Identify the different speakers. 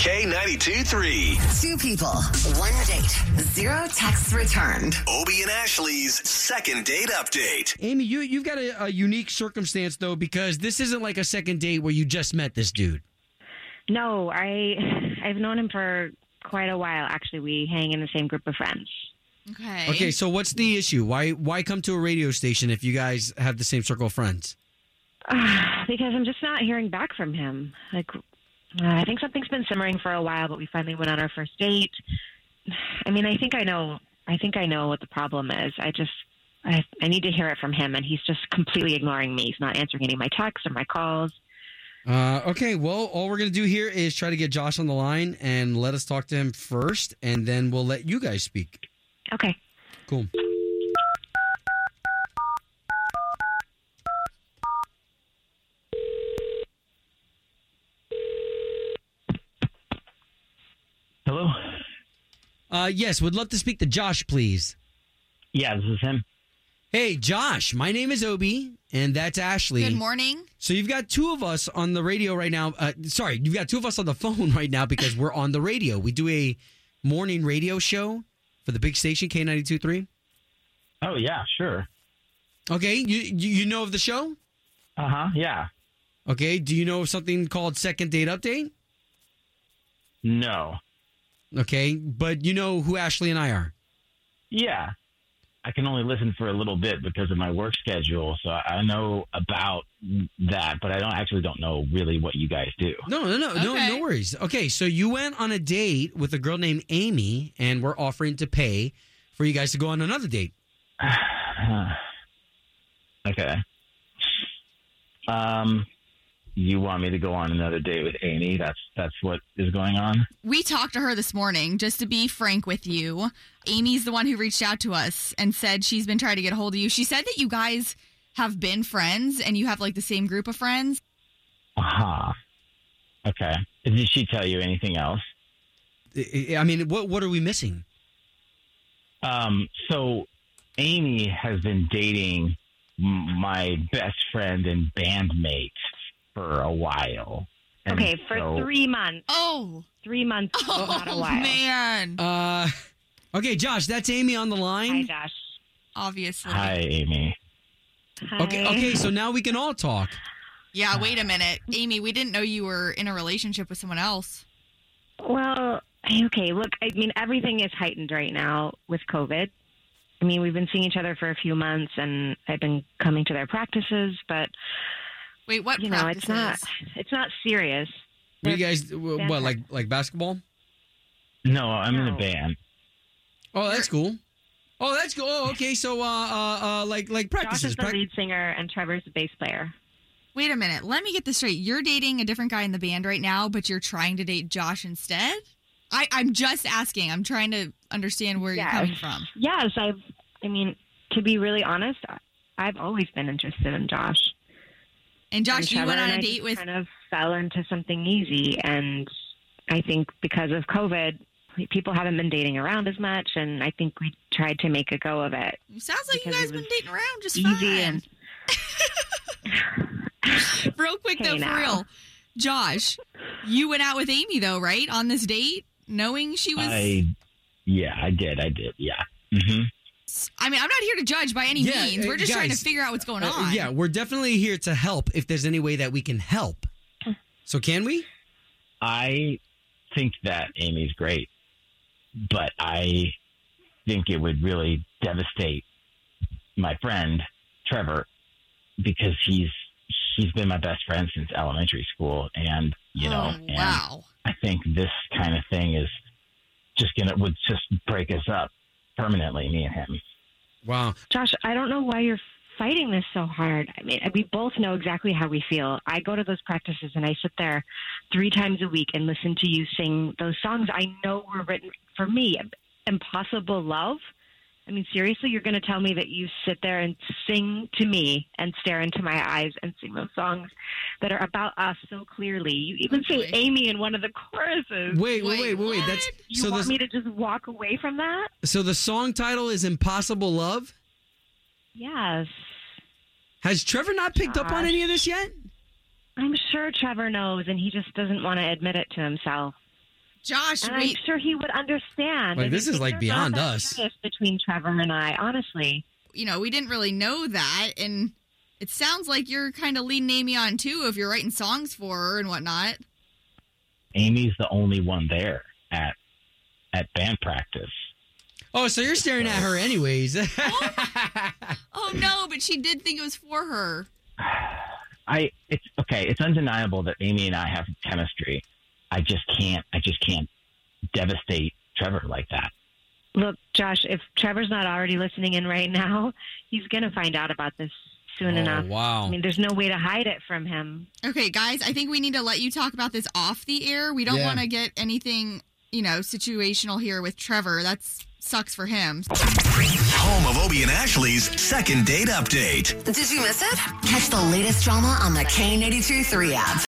Speaker 1: K92 3.
Speaker 2: Two people, one date, zero texts returned.
Speaker 1: Obie and Ashley's second date update.
Speaker 3: Amy, you you've got a, a unique circumstance though because this isn't like a second date where you just met this dude.
Speaker 4: No, I I've known him for quite a while. Actually, we hang in the same group of friends.
Speaker 5: Okay.
Speaker 3: Okay, so what's the issue? Why why come to a radio station if you guys have the same circle of friends?
Speaker 4: Ah, because I'm just not hearing back from him. Like uh, I think something's been simmering for a while, but we finally went on our first date. I mean, I think I know. I think I know what the problem is. I just I I need to hear it from him, and he's just completely ignoring me. He's not answering any of my texts or my calls.
Speaker 3: Uh, okay, well, all we're gonna do here is try to get Josh on the line and let us talk to him first, and then we'll let you guys speak.
Speaker 4: Okay.
Speaker 3: Cool.
Speaker 6: Hello?
Speaker 3: Uh, yes, would love to speak to Josh, please.
Speaker 6: Yeah, this is him.
Speaker 3: Hey, Josh, my name is Obi, and that's Ashley.
Speaker 5: Good morning.
Speaker 3: So you've got two of us on the radio right now. Uh, sorry, you've got two of us on the phone right now because we're on the radio. We do a morning radio show for the big station K92.3.
Speaker 6: Oh, yeah, sure.
Speaker 3: Okay, you, you you know of the show?
Speaker 6: Uh huh, yeah.
Speaker 3: Okay, do you know of something called Second Date Update?
Speaker 6: No.
Speaker 3: Okay, but you know who Ashley and I are.
Speaker 6: Yeah. I can only listen for a little bit because of my work schedule, so I know about that, but I don't actually don't know really what you guys do.
Speaker 3: No, no, no, no,
Speaker 5: Okay.
Speaker 3: no worries. Okay, so you went on a date with a girl named Amy, and we're offering to pay for you guys to go on another date.
Speaker 6: okay. Um, you want me to go on another date with Amy? That's that's what is going on.
Speaker 5: We talked to her this morning, just to be frank with you. Amy's the one who reached out to us and said she's been trying to get a hold of you. She said that you guys have been friends and you have like the same group of friends.
Speaker 6: Aha. Uh-huh. Okay. Did she tell you anything else?
Speaker 3: I- I I mean, what what are we missing?
Speaker 6: Um, so Amy has been dating m- my best friend and bandmate for a while. And
Speaker 4: Okay. For
Speaker 6: so-
Speaker 4: three months.
Speaker 5: Oh,
Speaker 4: Three months. is
Speaker 5: oh
Speaker 4: not a while.
Speaker 5: man.
Speaker 3: Uh, okay, Josh, that's Amy on the
Speaker 4: Hi,
Speaker 3: line.
Speaker 4: Josh.
Speaker 5: Obviously.
Speaker 6: Hi, Amy.
Speaker 4: Hi.
Speaker 3: Okay, okay, so now we can all talk.
Speaker 5: Yeah, wait a minute. Amy, we didn't know you were in a relationship with someone else.
Speaker 4: Well, okay. Look, I mean, everything is heightened right now with COVID. I mean, we've been seeing each other for a few months, and I've been coming to their practices, but
Speaker 5: Wait, what
Speaker 4: you know,
Speaker 5: practices?
Speaker 4: it's not it's not serious.
Speaker 3: Were you guys w- what
Speaker 4: Band
Speaker 3: like like basketball?
Speaker 6: No, I'm in
Speaker 4: No.
Speaker 6: a band.
Speaker 3: Oh, that's cool. Oh, that's cool. Oh, okay, so uh, uh, uh like like
Speaker 4: Josh
Speaker 3: practices.
Speaker 4: is the
Speaker 3: prac-
Speaker 4: lead singer, and Trevor's the bass player.
Speaker 5: Wait a minute. Let me get this straight. You're dating a different guy in the band right now, but you're trying to date Josh instead? I, I'm just asking. I'm trying to understand where
Speaker 4: Yes.
Speaker 5: you're coming from.
Speaker 4: Yes, I've. I mean, to be really honest, I- I've always been interested in Josh.
Speaker 5: And
Speaker 4: And
Speaker 5: Josh, you
Speaker 4: Trevor
Speaker 5: went on
Speaker 4: and I
Speaker 5: a
Speaker 4: just
Speaker 5: date with.
Speaker 4: kind of fell into something easy, and I think because of COVID, people haven't been dating around as much, and I think we tried to make a go of it.
Speaker 5: Sounds like you
Speaker 4: because
Speaker 5: guys
Speaker 4: it
Speaker 5: been
Speaker 4: was
Speaker 5: dating around just fine.
Speaker 4: easy and
Speaker 5: Real quick
Speaker 4: Hey,
Speaker 5: though, for
Speaker 4: now.
Speaker 5: real, Josh, you went out with Amy though, right? On this date, knowing she was. I,
Speaker 6: I, yeah, I did. I did. Yeah. hmm
Speaker 5: mean, I'm not here to judge by any
Speaker 3: Yeah,
Speaker 5: means.
Speaker 3: uh,
Speaker 5: We're just trying to
Speaker 3: guys,
Speaker 5: figure out what's going
Speaker 3: Uh,
Speaker 5: on.
Speaker 3: yeah, we're definitely here to help if there's any way that we can help. So can we?
Speaker 6: I think that Amy's great, but I think it would really devastate my friend Trevor because he's he's been my best friend since elementary school, and you know,
Speaker 5: oh,
Speaker 6: and
Speaker 5: wow.
Speaker 6: I think this kind of thing is just gonna would just break us up permanently, me and him.
Speaker 3: Wow.
Speaker 4: Josh, I don't know why you're fighting this so hard. I mean, we both know exactly how we feel. I go to those practices and I sit there three times a week and listen to you sing those songs I know were written for me. Impossible Love. I mean, seriously, you're going to tell me that you sit there and sing to me and stare into my eyes and sing those songs that are about us so clearly. You even
Speaker 5: Oh,
Speaker 4: say
Speaker 5: boy.
Speaker 4: Amy in one of the choruses.
Speaker 3: Wait, wait, wait, wait, wait.
Speaker 5: Wait,
Speaker 3: That's
Speaker 4: You
Speaker 3: so
Speaker 4: want
Speaker 3: the
Speaker 4: me to just walk away from that?
Speaker 3: so the song title is Impossible Love.
Speaker 4: Yes.
Speaker 3: Has Trevor not picked up on
Speaker 4: Josh.
Speaker 3: any of this yet?
Speaker 4: I'm sure Trevor knows, and he just doesn't want to admit it to himself.
Speaker 5: Josh,
Speaker 4: and
Speaker 5: we
Speaker 4: I'm sure he would understand.
Speaker 3: Like,
Speaker 4: I
Speaker 3: this
Speaker 4: mean,
Speaker 3: is, like,
Speaker 4: things are not
Speaker 3: beyond
Speaker 4: that
Speaker 3: us.
Speaker 4: serious Between Trevor and I, honestly.
Speaker 5: you know, we didn't really know that and it sounds like you're kind of leading Amy on too if you're writing songs for her and whatnot.
Speaker 6: Amy's the only one there at at band practice.
Speaker 3: Oh, so you're staring at her, anyways.
Speaker 5: Oh no, but she did think it was for her.
Speaker 6: I it's okay. It's undeniable that Amy and I have chemistry. I just can't. I just can't devastate Trevor like that.
Speaker 4: Look, Josh, if Trevor's not already listening in right now, he's going to find out about this soon
Speaker 3: oh,
Speaker 4: enough. I
Speaker 3: wow.
Speaker 4: mean, there's no way to hide it from him.
Speaker 5: Okay, guys, I think we need to let you talk about this off the air. We don't
Speaker 3: Yeah.
Speaker 5: want to get anything, you know, situational here with Trevor. That sucks for him.
Speaker 1: Home of Obie and Ashley's second date update.
Speaker 2: Did you miss it? Catch the latest drama on the K82 3 app.